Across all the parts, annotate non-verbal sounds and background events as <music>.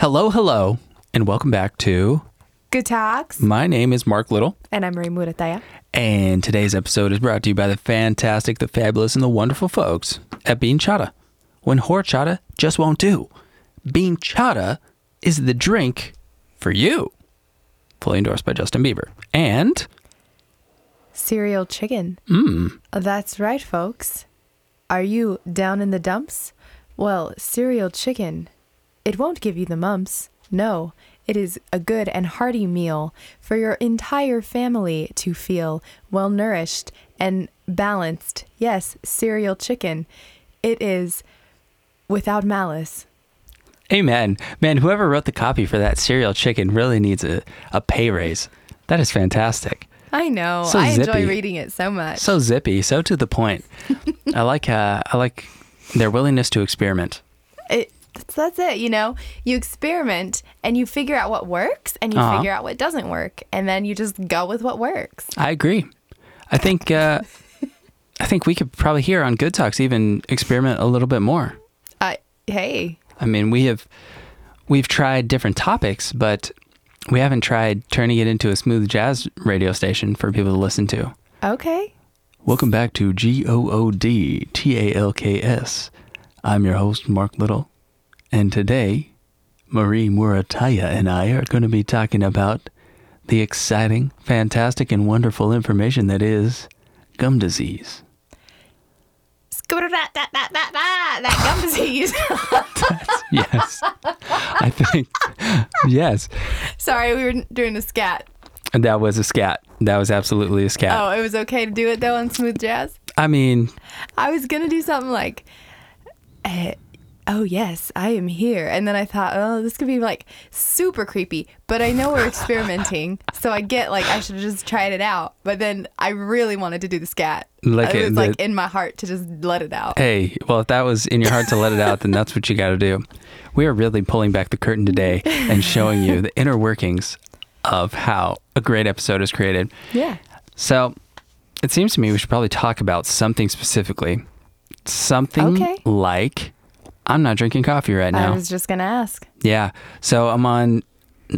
Hello, hello, and welcome back to. Good talks. My name is Mark Little, And I'm Raymura Taya. and today's episode is brought to you by the fantastic, the fabulous, and the wonderful folks at Bean Chata. When horchata just won't do, Bean Chata is the drink for you. Fully endorsed by Justin Bieber. And Cereal chicken. Mm. That's right, folks. Are you down in the dumps? Well, cereal chicken. It won't give you the mumps. No, it is a good and hearty meal for your entire family to feel well nourished and balanced. Yes, cereal chicken. It is without malice. amen. Man, whoever wrote the copy for that cereal chicken really needs a, a pay raise. That is fantastic. I know. So I enjoy zippy. reading it so much. so zippy, so to the point. I like uh, I like their willingness to experiment. it that's, that's it you know you experiment and you figure out what works and you Uh-huh. figure out what doesn't work and then you just go with what works I agree. I think uh, I think we could probably here on Good Talks even experiment a little bit more. uh, hey I mean, we have we've tried different topics, but we haven't tried turning it into a smooth jazz radio station for people to listen to. okay Welcome back to G O O D T A L K S. I'm your host, Mark Little. And today, Marie Murataya and I are going to be talking about the exciting, fantastic, and wonderful information that is gum disease. Scooter that that that that that that gum disease. <laughs> Yes. I think, yes. Sorry, we were doing a scat. That was a scat. That was absolutely a scat. Oh, it was okay to do it though on smooth jazz. I mean, I was gonna do something like, eh, "Oh yes, I am here," and then I thought, "Oh, this could be like super creepy," but I know <laughs> we're experimenting, so I get like I should have just tried it out. But then I really wanted to do the scat. Like it it- was like the- Eh, in my heart to just let it out. Hey, well, if that was in your heart to let it out, then that's what you got to do. We are really pulling back the curtain today and showing you the inner workings of how a great episode is created. Yeah. So it seems to me we should probably talk about something specifically. Something Okay. like I'm not drinking coffee right now. I was just gonna ask. Yeah. So I'm on,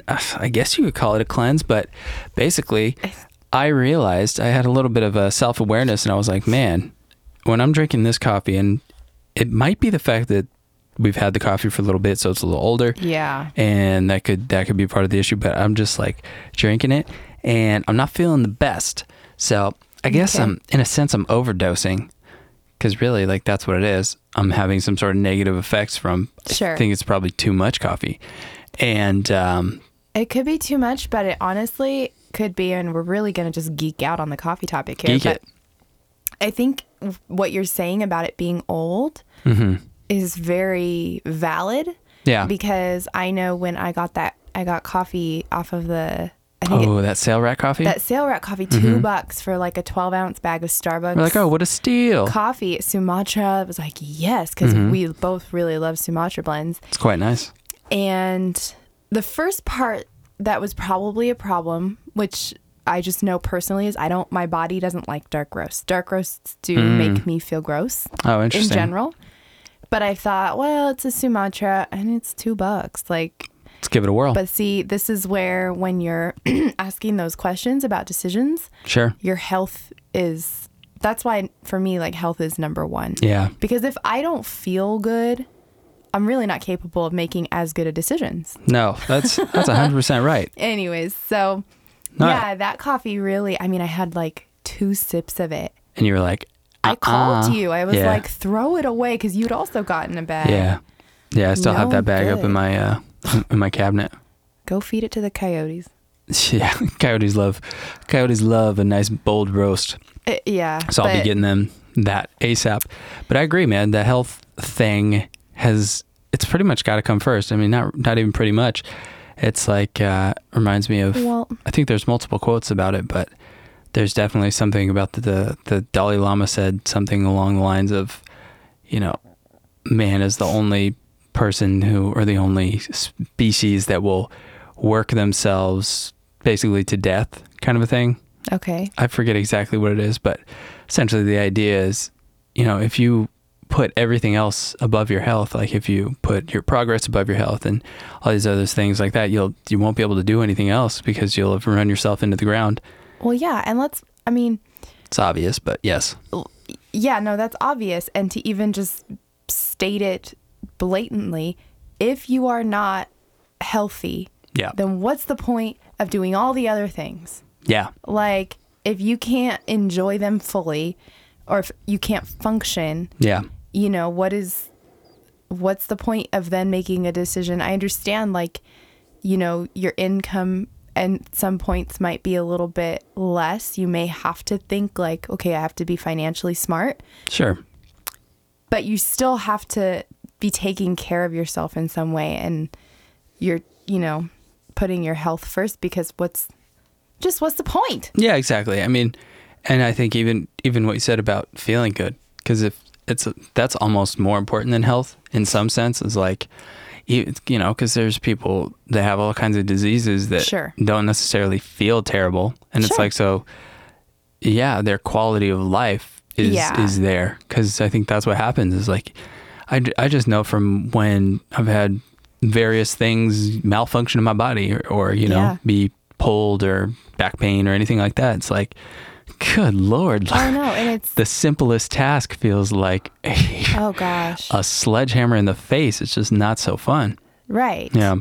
I guess you could call it a cleanse, but basically, I realized I had a little bit of a self awareness and I was like, man, when I'm drinking this coffee, and it might be the fact that we've had the coffee for a little bit, so it's a little older. Yeah. And that could that could be part of the issue, but I'm just like drinking it and I'm not feeling the best. So I guess Okay. I'm in a sense I'm overdosing because really like that's what it is. I'm having some sort of negative effects from I Sure. think it's probably too much coffee. And um, It could be too much, but it honestly could be, and we're really gonna just geek out on the coffee topic here. geek but it. I think what you're saying about it being old is very valid. Mm-hmm. Yeah. Because I know when I got that, I got coffee off of the, I think it, Oh, that sale rat coffee? that sale rat coffee, 2 bucks for like a 12 ounce bag of Starbucks. We're like, oh, what a steal. Coffee, Sumatra. I was like, yes, because Mm-hmm. we both really love Sumatra blends. It's quite nice. And the first part that was probably a problem, which I just know personally, is I don't, my body doesn't like dark roasts. Dark roasts do make me feel gross Oh, Mm. interesting. in general. But I thought, well, it's a Sumatra and it's two bucks. Like, Let's give it a whirl. but see, this is where when you're <clears throat> asking those questions about decisions, sure. your health is that's why for me, like, health is number one. Yeah. Because if I don't feel good, I'm really not capable of making as good of decisions. No, that's that's 100% right. Anyways, so No. yeah, that coffee really, I mean, I had like two sips of it. And you were like, I called uh-uh. you. I was Yeah. like, throw it away because you'd also gotten a bag. Yeah, yeah. I still have No that bag up good. in my uh, <laughs> in my cabinet. <laughs> Go feed it to the coyotes. Yeah, coyotes love coyotes love a nice bold roast, Uh, yeah. so I'll be but getting them that asap. But I agree, man. The health thing has it's pretty much got to come first. I mean, not not even pretty much. It's like uh, reminds me of. Well- I think there's multiple quotes about it, but there's definitely something about the, the the Dalai Lama said something along the lines of, you know, man is the only person who or the only species that will work themselves basically to death, kind of a thing. Okay. I forget exactly what it is, but essentially the idea is, you know, if you put everything else above your health. Like if you put your progress above your health and all these other things like that, you'll you won't be able to do anything else because you'll have run yourself into the ground. Well, yeah, and let's I mean, It's obvious, but yes. yeah, no, that's obvious. And to even just state it blatantly, if you are not healthy, Yeah. then what's the point of doing all the other things? Yeah. Like, if you can't enjoy them fully or if you can't function, Yeah. you know, what is what's the point of then making a decision? I understand like, you know, your income and some points might be a little bit less. You may have to think like, okay, I have to be financially smart Sure. but you still have to be taking care of yourself in some way and you're you know putting your health first because what's just what's <laughs> the point Yeah, exactly. I mean, and I think even even what you said about feeling good, because if it's that's almost more important than health in some sense. Is like, you, you know, because there's people that have all kinds of diseases that Sure. don't necessarily feel terrible, and it's Sure. like so. Yeah, their quality of life is Yeah. is there because I think that's what happens. Is like, I, d- I just know from when I've had various things malfunction in my body or, or you know Yeah. be pulled or back pain or anything like that. It's like, good lord, oh no and it's the simplest task feels like a, oh gosh a sledgehammer in the face. It's just not so fun. right Yeah,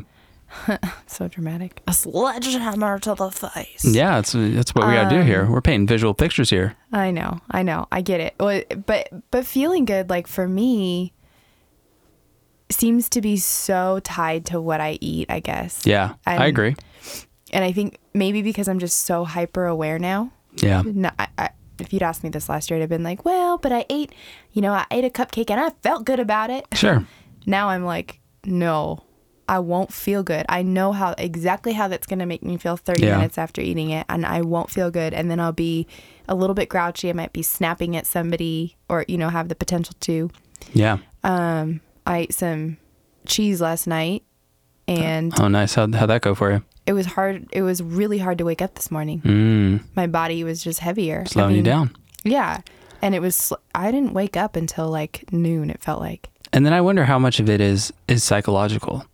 so dramatic a sledgehammer to the face. yeah, it's that's what we gotta do Um, here. We're painting visual pictures here. i know i know i get it Well, but but feeling good like for me seems to be so tied to what i eat i guess Yeah, i I'm- agree. and i think maybe because i'm just so hyper aware now Yeah, No, I, I, if you'd asked me this last year, I'd have been like, well, but I ate, you know, I ate a cupcake and I felt good about it. sure. Now I'm like, no, I won't feel good. I know how exactly how that's going to make me feel 30 Yeah. minutes after eating it, and I won't feel good. And then I'll be a little bit grouchy. I might be snapping at somebody or, you know, have the potential to. Yeah. Um, I ate some cheese last night and Oh, nice. How how that go for you? it was hard. It was really hard to wake up this morning. My body was just heavier. I Mm, Slowing you mean, down. Yeah. And it was, I didn't wake up until like noon, it felt like. And then I wonder how much of it is is psychological.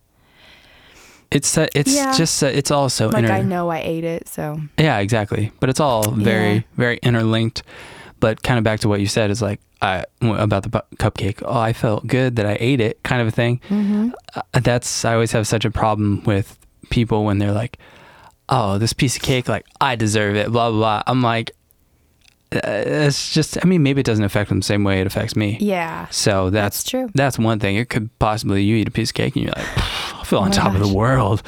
It's uh, it's Yeah. just uh, it's all so Like, inter- I know I ate it. So, yeah exactly. But it's all very Yeah. very interlinked. But kind of back to what you said is like I w- about the bu- cupcake. Oh, I felt good that I ate it, kind of a thing. Mm-hmm. Uh, that's I always have such a problem with people when they're like, oh, this piece of cake, like I deserve it, blah blah. blah. I'm like, uh, it's just. I mean, maybe it doesn't affect them the same way it affects me. yeah. So that's, That's true. That's one thing. It could possibly you eat a piece of cake and you're like, I feel on Oh my top of gosh. the world.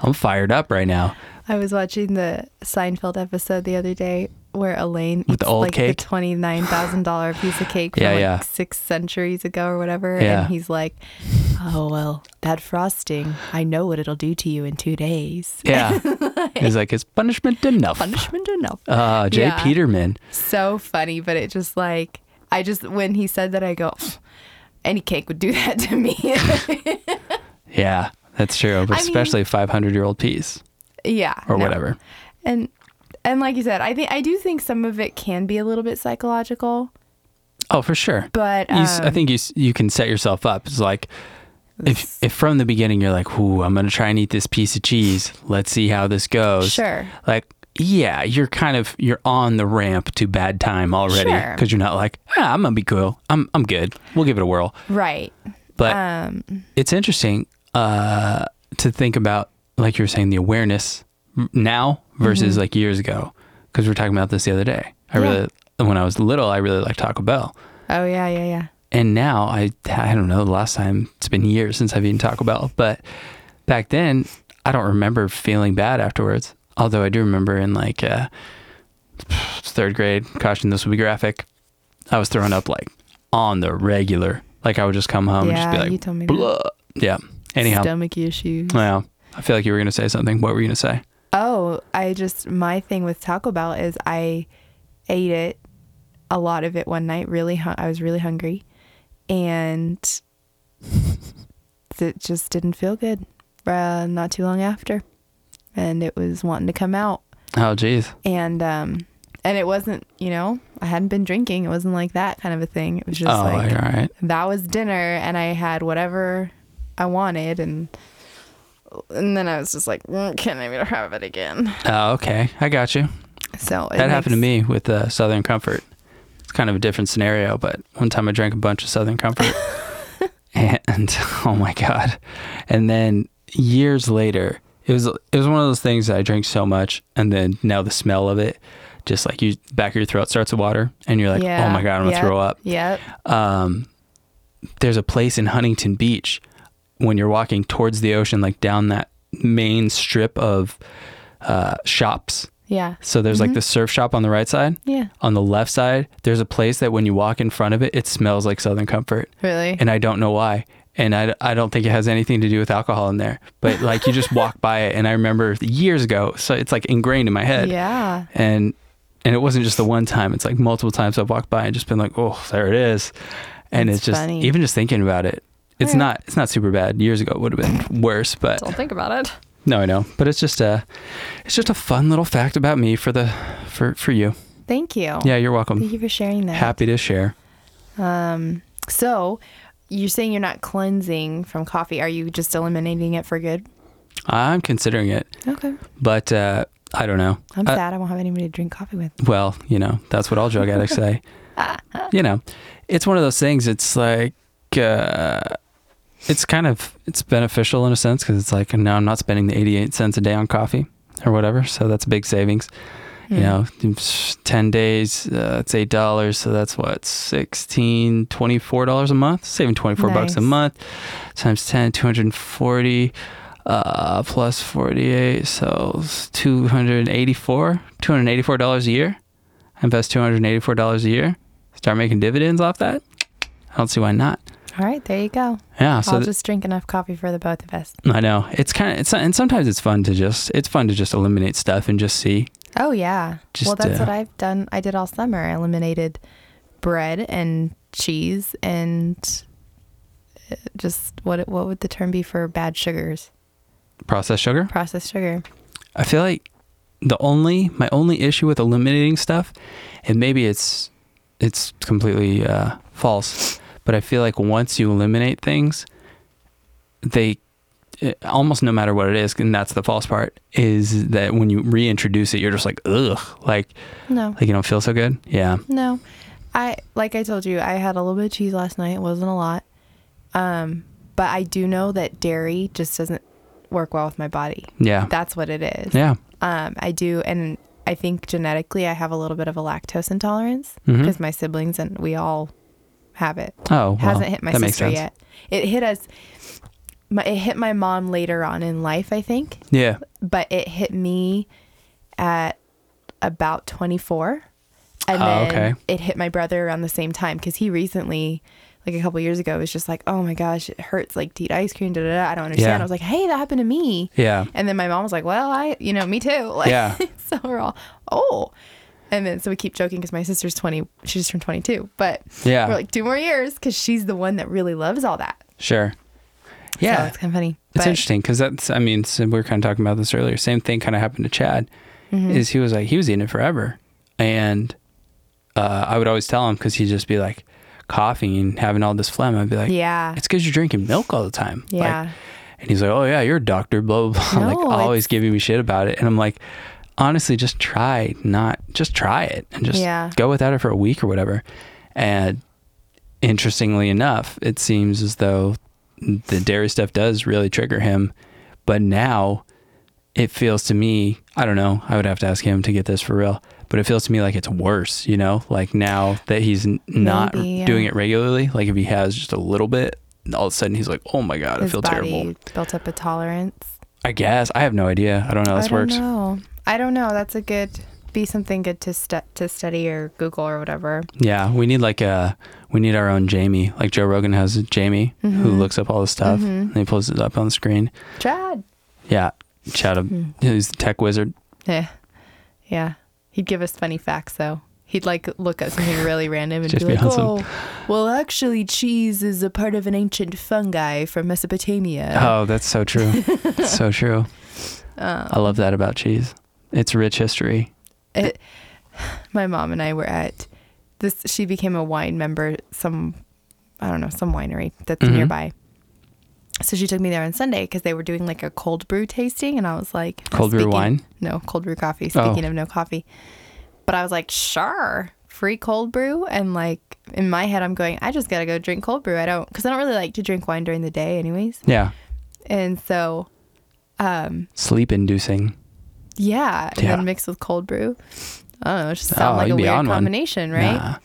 I'm fired up right now. I was watching the Seinfeld episode the other day where Elaine With the eats old like cake? the $29,000 piece of cake from Yeah, like yeah. six centuries ago or whatever. Yeah. And he's like, oh, well, that frosting, I know what it'll do to you in two days. <laughs> Yeah. He's like, is punishment enough? Punishment enough. uh, Jay Yeah. Peterman. so funny, but it just like I just when he said that I go, any cake would do <laughs> that to me. Yeah, that's true. But I mean- especially a 500 year old piece yeah, or no. whatever. And and like you said, I think I do think some of it can be a little bit psychological, Oh, for sure. but you, s I I um, think you s- you can set yourself up. It's like if if from the beginning you're like, "Ooh, I'm gonna try and eat this piece of cheese. Let's see how this goes." Sure. Like, yeah, you're kind of you're on the ramp to bad time already Sure. because you're not like, "Ah, I'm gonna be cool. I'm I'm good. We'll give it a whirl." right. But Um, it's interesting uh, to think about, like you were saying, the awareness now versus like years ago, because we were talking about this the other day. I Mm-hmm. Yeah. really, when I was little, I really liked Taco Bell. oh yeah, yeah, yeah. And now I I don't know the last time it's been years since I've eaten Taco Bell, but back then I don't remember feeling bad afterwards. Although I do remember in like uh, third grade, caution this will be graphic. I was throwing up like on the regular. Like I would just come home yeah, and just be you like, told me. That. Blah. yeah. Anyhow, Stomach issues. well, I feel like you were gonna say something. What were you gonna say? Oh, I just my thing with Taco Bell is I ate it a lot of it one night. Really, hun- I was really hungry, and it just didn't feel good. Uh, not too long after, and it was wanting to come out. Oh, geez. And um, And it wasn't, you know, I hadn't been drinking. It wasn't like that kind of a thing. It was just oh, like all right. that was dinner and I had whatever I wanted and and then I was just like, "Mm, can I even have it again? Oh, okay. I got you. So it that happened to makes- me with uh, Southern Comfort. It's kind of a different scenario, but one time I drank a bunch of Southern <laughs> Comfort, and <laughs> oh my god! And then years later, it was it was one of those things that I drank so much, and then now the smell of it, just like you back of your throat starts to water, and you're like, Yeah, oh my god, I'm gonna yeah, throw up Yep. um, there's a place in Huntington Beach when you're walking towards the ocean, like down that main strip of uh, shops. Yeah. So there's Mm-hmm. like the surf shop on the right side. Yeah. On the left side, there's a place that when you walk in front of it, it smells like Southern Comfort. Really? And I don't know why. And I, I don't think it has anything to do with alcohol in there. But like you just walk by it. And I remember years ago, so it's like ingrained in my head yeah. and and it wasn't just the one time it's like multiple times i've walked by and just been like oh there it is and That's it's just funny. even just thinking about it it's Alright. not it's not super bad years ago it would have been worse but Don't think about it. no i know but it's just a it's just a fun little fact about me for the for for you Thank you. yeah you're welcome Oh. Thank you for sharing that. happy to share Um, so you're saying you're not cleansing from coffee. Are you just eliminating it for good? i'm considering it Okay. but uh i don't know I'm Uh, sad I won't have anybody to drink coffee with. well you know that's what all drug addicts say <laughs> you know it's one of those things it's like uh it's kind of it's beneficial in a sense because it's like no i'm not spending the 88 cents a day on coffee or whatever so that's a big savings you Mm. know 10 days uh, it's eight dollars so that's what 16 24 dollars a month saving 24 bucks a Nice. month times 10 240 uh, plus 48 so it's 284 284 dollars a year invest 284 dollars a year start making dividends off that i don't see why not All right, there you go. yeah so I'll th- just drink enough coffee for the both of us. i know it's kind of it's and sometimes it's fun to just it's fun to just eliminate stuff and just see Oh yeah. well, Just, that's uh, what I've done. I did all summer. I eliminated bread and cheese and uh, just what what would the term be for bad sugars? processed sugar Processed sugar. I feel like the only my only issue with eliminating stuff, and maybe it's it's completely uh, false, but I feel like once you eliminate things, they it, almost no matter what it is, and that's the false part is that when you reintroduce it, you're just like ugh, like No. like you don't feel so good. Yeah, No. I like I told you, I had a little bit of cheese last night. It wasn't a lot. Um, but I do know that dairy just doesn't work well with my body. yeah, That's what it is. yeah. Um, I do and I think genetically I have a little bit of a lactose intolerance Mhm. because my siblings and we all have it. Oh, well, Hasn't hit my that makes sister sense. yet. It hit us my, it hit my mom later on in life, I think, Yeah, but it hit me at about 24 and Oh, then okay. it hit my brother around the same time because he recently like a couple years ago was just like oh my gosh it hurts like to eat ice cream da, da, da. i don't understand Yeah. i was like hey that happened to me yeah. and then my mom was like well i you know me too <laughs> like Yeah. so we're all oh and then so we keep joking because my sister's 20 she's just turned 22 but Yeah. we're like two more years because she's the one that really loves all that Sure. so Yeah, it's kind of funny It's But- interesting because that's, I mean, so we were kind of talking about this earlier. Same thing kind of happened to Chad, is he was like, he was eating it forever. And uh, I would always tell him because he'd just be like coughing and having all this phlegm. I'd be like, yeah it's because you're drinking milk all the time. Like, yeah and he's like, oh, yeah, you're a doctor, blah, blah, <laughs> blah. like, No, always giving me shit about it. And I'm like, honestly, just try not, just try it and just Yeah. go without it for a week or whatever. And interestingly enough, it seems as though the dairy stuff does really trigger him. But now it feels to me, I don't know, I would have to ask him to get this for real, but it feels to me like it's worse, you know? Like now that he's n- not Maybe, yeah. doing it regularly, like if he has just a little bit, all of a sudden he's like, oh my God, I his feel body terrible. built up a tolerance I guess. I have no idea. I don't know how I this don't works. know. I don't know. That's a good be something good to stu- to study or Google or whatever. Yeah, we need like a we need our own Jamie. Like Joe Rogan has a Jamie who Mm-hmm. looks up all the stuff and he pulls it up on the screen. Chad. Yeah, shout out. Hmm. He's the tech wizard. Yeah, yeah. He'd give us funny facts though. He'd like look at something really random and Just be like, be awesome. "Oh, well, actually, cheese is a part of an ancient fungi from Mesopotamia." Oh, that's so true. <laughs> That's so true. I love that about cheese. It's rich history. It- my mom and I were at this. She became a wine member, some, I don't know, some winery that's Mhm. nearby. So she took me there on Sunday because they were doing like a cold brew tasting, and I was like, Cold brew speaking- wine? No, cold brew coffee. Oh. Speaking of no coffee, but I was like, sure, free cold brew, and like in my head, I'm going, I just gotta go drink cold brew. I don't because I don't really like to drink wine during the day, anyways. Yeah. And so, um, Sleep inducing. yeah, and Yeah. then mixed with cold brew. I don't know, it just sounds like you'd a be weird on one. combination, right? Nah.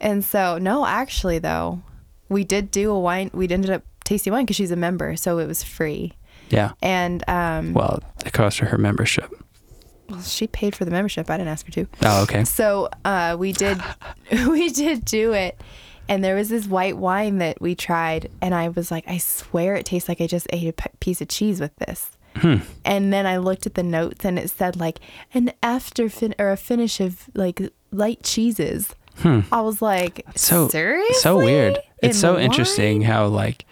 And so, no, actually, though, we did do a wine. We ended up tasting wine because she's a member, so it was free. Yeah. And um, Well, it cost her her membership. well, she paid for the membership. I didn't ask her to. Oh, okay. So uh, we did, <laughs> we did do it. And there was this white wine that we tried, and I was like, I swear it tastes like I just ate a p- piece of cheese with this. Hmm. And then I looked at the notes, and it said like an after fin- or a finish of like light cheeses. I was like, Hmm. So seriously? so weird. It's In so the interesting wine? how like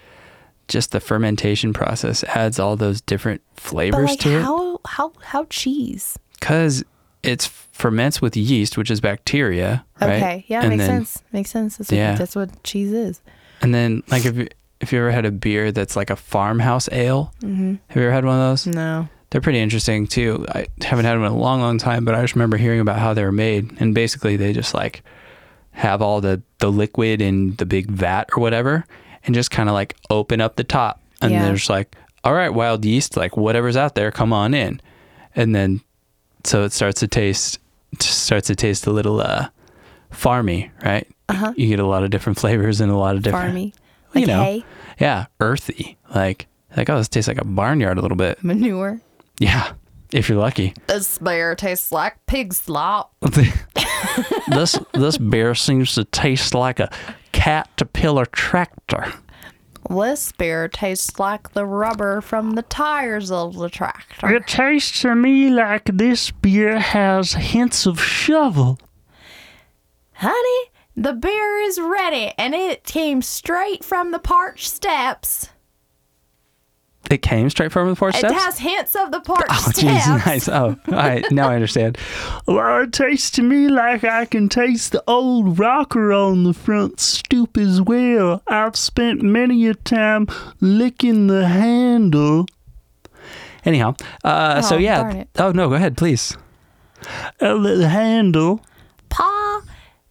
just the fermentation process adds all those different But flavors like, to it how how how cheese? because it's ferments with yeast, which is bacteria, right? Okay, yeah, and makes then, sense. Makes sense. That's what, Yeah. that's what cheese is. And then like if you, if you ever had a beer that's like a farmhouse ale, have you ever had one of those? Mm-hmm. No, They're pretty interesting too. I haven't had them in a long, long time, but I just remember hearing about how they were made. And basically, they just like have all the the liquid in the big vat or whatever, and just kind of like open up the top, and Yeah. there's like, all right, wild yeast, like whatever's out there, come on in, and then so it starts to taste starts to taste a little uh farmy, right? Uh-huh. You get a lot of different <laughs> flavors and a lot of different farmy, You like know. hay, yeah, earthy, like like oh, this tastes like a barnyard a little bit, <laughs> manure. yeah, if you're lucky. This beer tastes like pig slop. <laughs> this this beer seems to taste like a caterpillar tractor. This beer tastes like the rubber from the tires of the tractor. It tastes to me like this beer has hints of shovel. Honey, the beer is ready, and it came straight from the parched steps. It came straight from the porch steps. It has hints of the parched oh, steps. jeez, nice. Oh, all right, now I understand. <laughs> Well, it tastes to me like I can taste the old rocker on the front stoop as well. I've spent many a time licking the handle. Anyhow, uh, so Oh, yeah. darn it. Oh no, go ahead, please. Uh, the handle. Pa,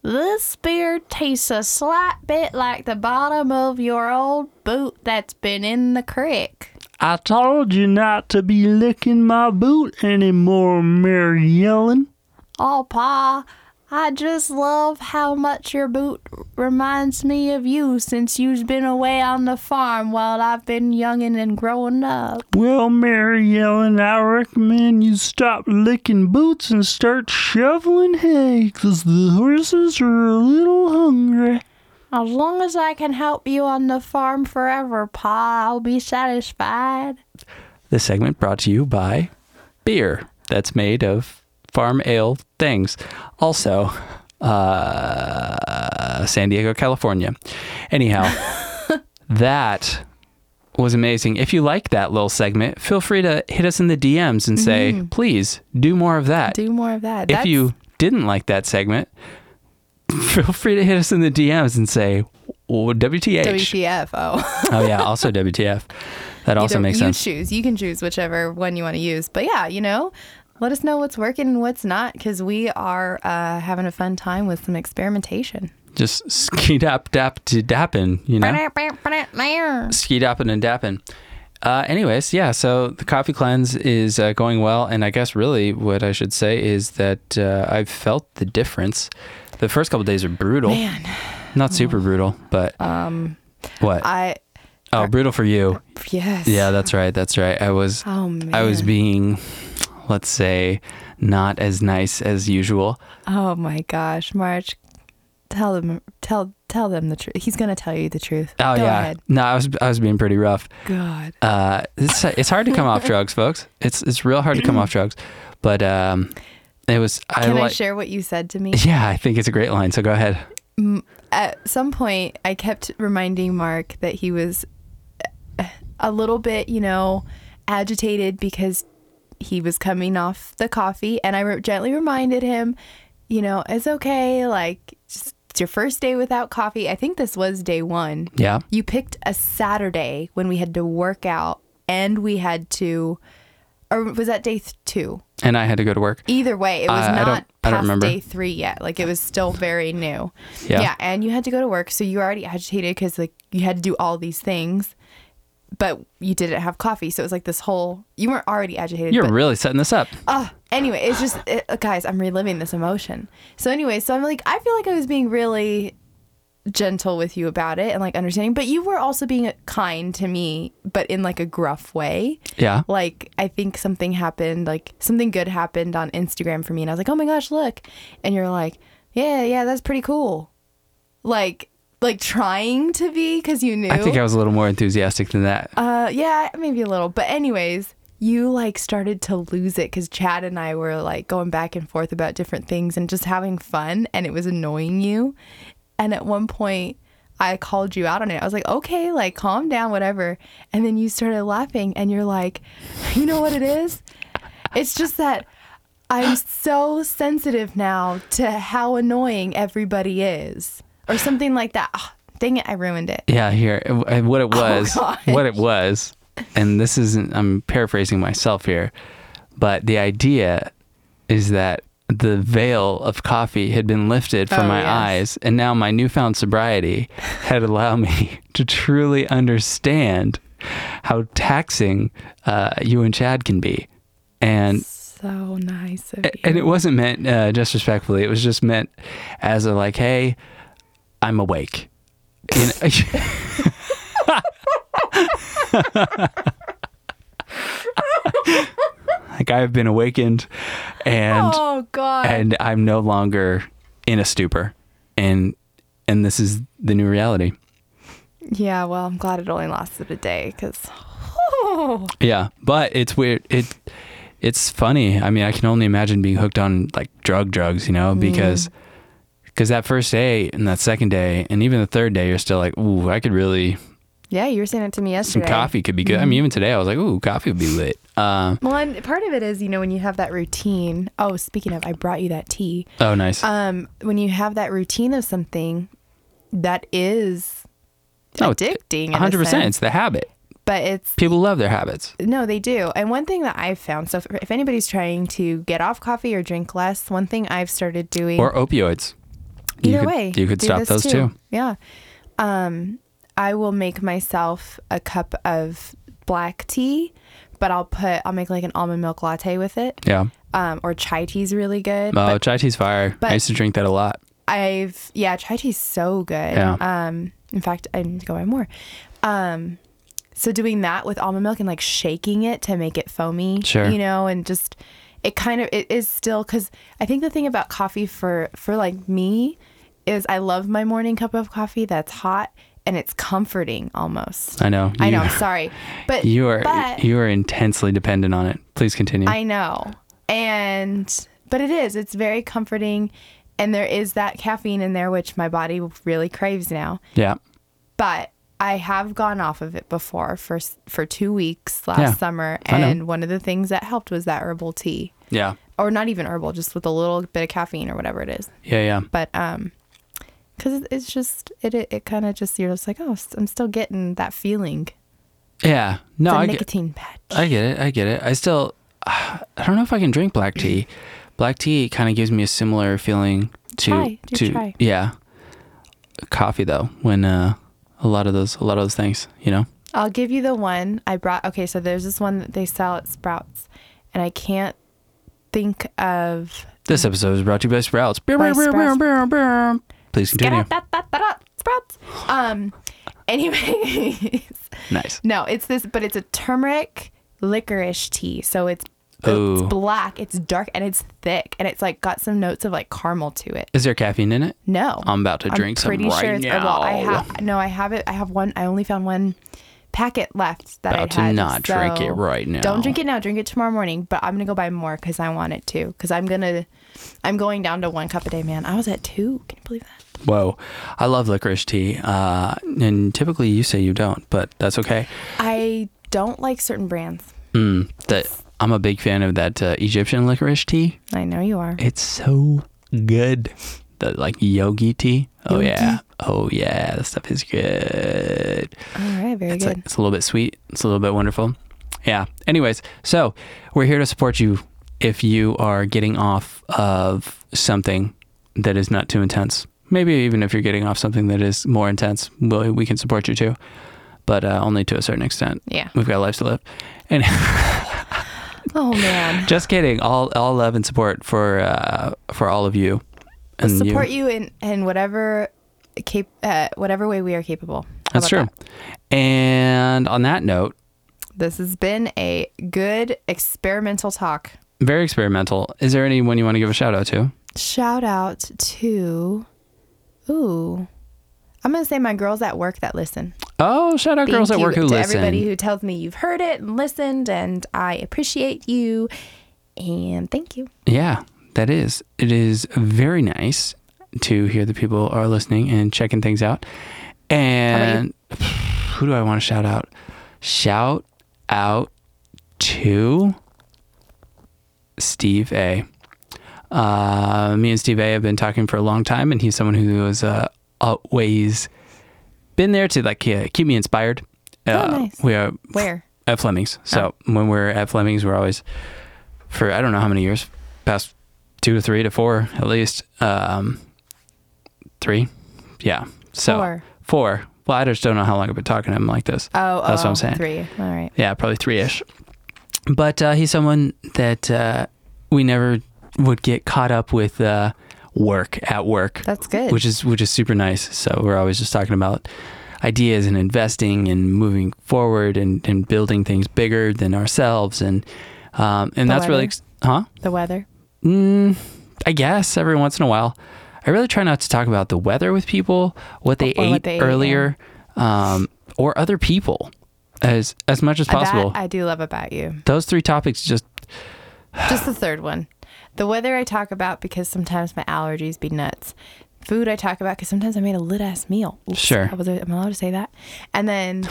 this beer tastes a slight bit like the bottom of your old boot that's been in the creek. I told you not to be licking my boot anymore, Mary Ellen. Oh, Pa, I just love how much your boot reminds me of you since you've been away on the farm while I've been youngin' and growing up. Well, Mary Ellen, I recommend you stop licking boots and start shoveling hay, 'cause the horses are a little hungry. As long as I can help you on the farm forever, Pa, I'll be satisfied. This segment brought to you by beer that's made of farm ale things. Also, uh, San Diego, California. <laughs> Anyhow, that was amazing. If you like that little segment, feel free to hit us in the DMs and say, Mm-hmm. please do more of that. Do more of that. if you didn't like that segment, <laughs> feel free to hit us in the DMs and say, "Oh, WTH. WTF. <laughs> Oh, oh, yeah. Also, WTF. That also Either- makes you sense. choose. You can choose whichever one you want to use. But yeah, you know, let us know what's working and what's not because we are uh, having a fun time with some experimentation. just <laughs> ski dap dap to dappin, you know? ski dappin and dappin. Uh, anyways, yeah, so the coffee cleanse is uh, going well. And I guess really what I should say is that uh, I've felt the difference. The first couple days are brutal. Man. Not super brutal, but. Um, what? I oh, brutal for you. Uh, yes. Yeah, that's right. That's right. I was. Oh man. I was being, let's say, not as nice as usual. Oh my gosh, March. Tell them. Tell tell them the truth. He's gonna tell you the truth. Oh Go yeah, Ahead. no, I was I was being pretty rough. God. Uh, it's it's hard to come <laughs> off drugs, folks. It's it's real hard to come off drugs, but um, it was I Can I, like share what you said to <laughs> me? yeah, I think it's a great line. So go ahead. At some point, I kept reminding Mark that he was a little bit, you know, agitated because he was coming off the coffee, and I re- gently reminded him you know, it's okay. Like, just, it's your first day without coffee. I think this was day one. Yeah. You picked a Saturday when we had to work out and we had to, or was that day th- two? And I had to go to work. Either way, it was I- I don't- not I don't past remember. day three yet. Like it was still very new. Yeah. and you had to go to work, so you were already agitated because like you had to do all these things, but you didn't have coffee, so it was like this whole. You weren't already agitated. You're but, really setting this up. Ugh. anyway, it's just it, uh, guys, I'm reliving this emotion. So anyway, so I'm like, I feel like I was being really gentle with you about it and like understanding, but you were also being kind to me, but in like a gruff way Yeah. like I think something happened, like something good happened on Instagram for me, and I was like, oh my gosh, look, and you're like, yeah, yeah, that's pretty cool, like like trying to be because you knew. I think I was a little more enthusiastic than that. uh, yeah, maybe a little, but anyways. You like started to lose it because Chad and I were like going back and forth about different things and just having fun, and it was annoying you. And at one point, I called you out on it. I was like, okay, like calm down, whatever. And then you started laughing, and you're like, <laughs> you know what it is? It's just that I'm so sensitive now to how annoying everybody is, or something like that. Ah, dang it, I ruined it. Oh, Yeah, here it- it- <laughs> what it was, gosh. what it was, and this isn't. I'm paraphrasing myself here, but the idea is that the veil of coffee had been lifted from Oh, my yes. eyes, and now my newfound <laughs> sobriety had allowed me <laughs> to truly understand how taxing uh, you and Chad can be, and So nice of and it wasn't meant uh, just respectfully. It was just meant as a like, hey, I'm awake. You know- <laughs> like I've been awakened, and Oh God. and I'm no longer in a stupor, and and this is the new reality. yeah. Well, I'm glad it only lasted a day <laughs> because. Yeah, but it's weird. It it's funny. I mean, I can only imagine being hooked on like drug drugs, you Mm-hmm. know, because because that first day and that second day and even the third day, you're still like, ooh, I could really Yeah, you were saying it to me some yesterday. coffee could be good. I Mm-hmm. mean, even today, I was like, ooh, coffee would be lit. Uh, Well, and part of it is, you know, when you have that routine. Oh, speaking of, I brought you that tea. oh, nice. Um, when you have that routine of something, that is No, it's addicting. in a 100. percent sense, It's the habit. but it's People love their habits. No, they do. And one thing that I've found so if, if anybody's trying to get off coffee or drink less, one thing I've started doing Or opioids. either you could, way, You could do stop this those too. Yeah. Um, I will make myself a cup of black tea, but I'll put, I'll make like an almond milk latte with it. Yeah. Um, or chai tea's really good. Oh, but chai tea's fire. but- I used to drink that a lot. I've yeah, chai tea's so good. Yeah. Um, in fact, I need to go buy more. Um, so doing that with almond milk and like shaking it to make it foamy, Sure. you know, and just it kind of it is still because I think the thing about coffee for for like me is I love my morning cup of coffee that's hot and it's comforting almost. I know. I know. You- I'm sorry, <laughs> but You are but, you are intensely dependent on it. Please continue. I know. And but it is. It's very comforting and there is that caffeine in there which my body really craves now. yeah. But I have gone off of it before for s- for 2 weeks last Yeah, summer I know. and one of the things that helped was that herbal tea Yeah. or not even herbal just with a little bit of caffeine or whatever it is. Yeah, yeah. But um cuz it's just it it, it kind of just you're just like, "Oh, s- I'm still getting that feeling." Yeah. It's No, a I get, nicotine patch. I get it. I get it. I still <sighs> I don't know if I can drink black tea. Black tea kind of gives me a similar feeling to Try. Do to try. yeah. Coffee though, when uh a lot of those a lot of those things, you know. I'll give you the one I brought. Okay, so there's this one that they sell at Sprouts, and I can't think of. This episode is brought to you by Sprouts. By Sprouts. Please continue. Sprouts. Um. <laughs> Anyways, <laughs> Nice. no, it's this, but it's a turmeric licorice tea. So it's it's Ooh. black, it's dark, and it's thick, and it's like got some notes of like caramel to it. Is there caffeine in it? No, I'm about to drink some pretty right sure it's, uh, Well, I now. have no, I have it. I have one. I only found one packet left that About to I had. not drink it so right now. Don't drink it now. Drink it tomorrow morning. But I'm gonna go buy more because I want it too. Because I'm gonna, I'm going down to one cup a day, man. I was at two. Can you believe that? Whoa. I love licorice tea. Uh and typically you say you don't, but that's okay. I don't like certain brands. Mm, that I'm a big fan of that uh, Egyptian licorice tea. I know you are. It's so good. The like yogi tea. Oh yeah. Oh yeah. This stuff is good. All right, very It's, good. like, it's a little bit sweet. It's a little bit wonderful. Yeah. Anyways, so we're here to support you if you are getting off of something that is not too intense. Maybe even if you're getting off something that is more intense, we we can support you too, but uh, only to a certain extent. Yeah. We've got lives to <sighs> live. And Oh man. just kidding. All all love and support for uh, for all of you. And Support you in in whatever cap- uh, whatever way we are capable. How That's true. about And on that note, that? This has been a good experimental talk. very experimental. Is there anyone you want to give a shout out to? Shout out to Ooh. I'm going to say my girls at work that listen. Oh, shout out girls Thank at you work who to listen. everybody who tells me you've heard it and listened and I appreciate you and thank you. Yeah, that is. It is very nice to hear that people are listening and checking things out. And <sighs> who do I want to shout out? Shout out to Steve A. Uh, me and Steve A have been talking for a long time, and he's someone who has uh, always been there to like uh, keep me inspired. uh, nice. We are Where? at Fleming's. So when we're at Fleming's, we're always for I don't know how many years, past two to three to four at least. Um, three, yeah. <sighs> So Four. four. Well, I just don't know how long I've been talking to him like this. Oh, That's oh, what I'm saying. 3. All right. Yeah, probably three ish. But uh, he's someone that uh, we never would get caught up with uh, work at work. That's good. Which is which is super nice. So we're always just talking about ideas and investing and moving forward and, and building things bigger than ourselves and um, and The that's really weather. ex- huh the weather. mm, I guess every once in a while. I really try not to talk about the weather with people, what they Or ate what they ate, yeah. earlier, um, or other people as as much as possible. Uh, That I do love about you. Those three topics just Just the third one. The weather I talk about because sometimes my allergies be nuts. Food I talk about because sometimes I made a lit ass meal. Oops, Sure. I was, am I allowed to say that? <laughs> And then,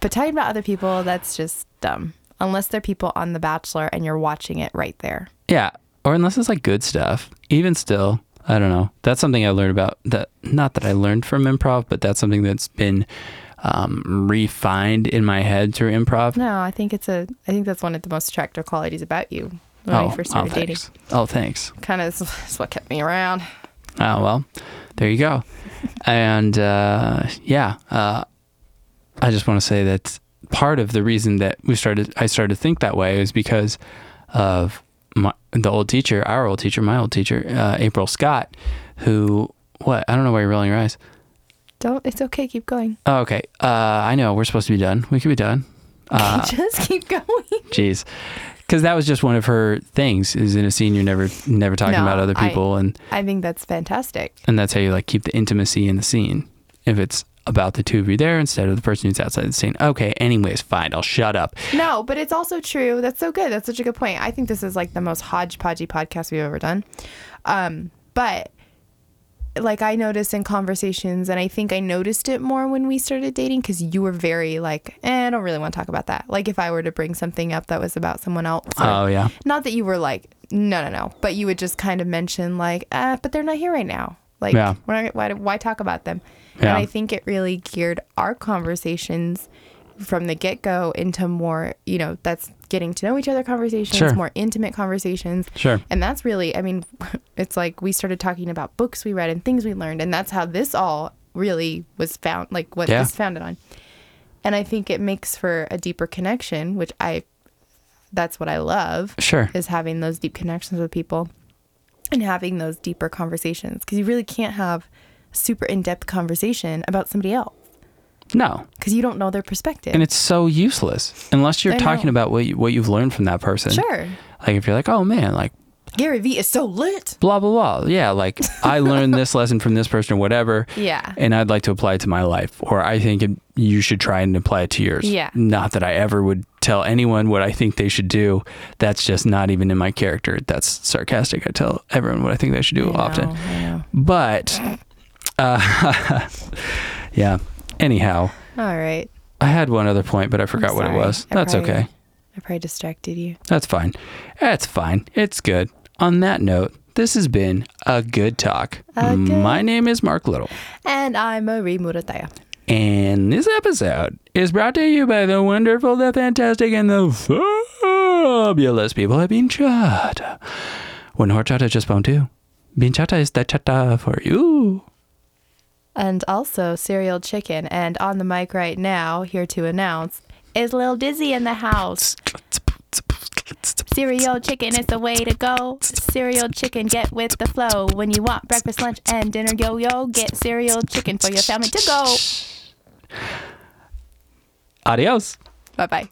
but talking about other people, that's just dumb. Unless they're people on The Bachelor and you're watching it right there. Yeah, or unless it's like good stuff. Even still, I don't know. That's something I learned about that. Not that I learned from improv, but that's something that's been um, refined in my head through improv. No, I think it's a. I think that's one of the most attractive qualities about you when I first started dating. oh, thanks. Oh, thanks. Kind of is what kept me around. Oh well, there you <laughs> go. and uh, yeah, uh, I just want to say that part of the reason that we started, I started to think that way, is because of my, the old teacher, our old teacher, my old teacher, uh, April Scott, who what I don't know why you're rolling your eyes. Don't. It's okay. Keep going. Oh, okay. Uh, I know we're supposed to be done. We could be done. Uh, <laughs> Just keep going. jeez, because that was just one of her things. Is in a scene you're never never talking No, about other I- people, and I think that's fantastic. and that's how you like keep the intimacy in the scene. If it's about the two of you there instead of the person who's outside the scene. Okay. Anyways, fine. I'll shut up. No, but it's also true. That's so good. That's such a good point. I think this is like the most hodgepodgey podcast we've ever done. Um, but like I noticed in conversations, and I think I noticed it more when we started dating because you were very like, eh, I don't really want to talk about that. Like if I were to bring something up that was about someone else, or- Oh yeah. not that you were like, no, no, no, but you would just kind of mention like, uh, but they're not here right now. Like, Yeah. we're not, why, why talk about them? Yeah. And I think it really geared our conversations from the get go into more, you know, that's getting to know each other conversations, Sure. more intimate conversations. Sure. And that's really, I mean, <laughs> it's like we started talking about books we read and things we learned, and that's how this all really was found, like what Yeah. this founded on. And I think it makes for a deeper connection, which I, that's what I love Sure. is having those deep connections with people and having those deeper conversations because you really can't have super in-depth conversation about somebody else No. because you don't know their perspective. And it's so useless unless you're I know. talking about what you, what you've learned from that person. sure, Like if you're like, oh man, like Gary Vee is so lit. blah blah blah. Yeah, like I learned this <laughs> lesson from this person or whatever. Yeah. And I'd like to apply it to my life, or I think it, you should try and apply it to yours. Yeah. Not that I ever would tell anyone what I think they should do. That's just not even in my character. That's sarcastic. I tell everyone what I think they should do often. No, I know. But, uh, <laughs> yeah. Anyhow, All right, I had one other point, but I forgot I'm what it sorry. was. I That's probably- okay. I probably distracted you. That's fine. That's fine. It's good. On that note, This has been a good talk. A good- My name is Mark Little, And I'm Marie Murataya. and this episode is brought to you by the wonderful, the fantastic, and the fabulous people at Binchata. When horchata just won't do, Binchata is the chata for you. And also Serial Chicken. And on the mic right now, here to announce, is Lil Dizzy in the house. Cereal chicken is the way to go. Cereal chicken, get with the flow. When you want breakfast, lunch, and dinner, yo yo, get cereal chicken for your family to go. Adios. Bye bye.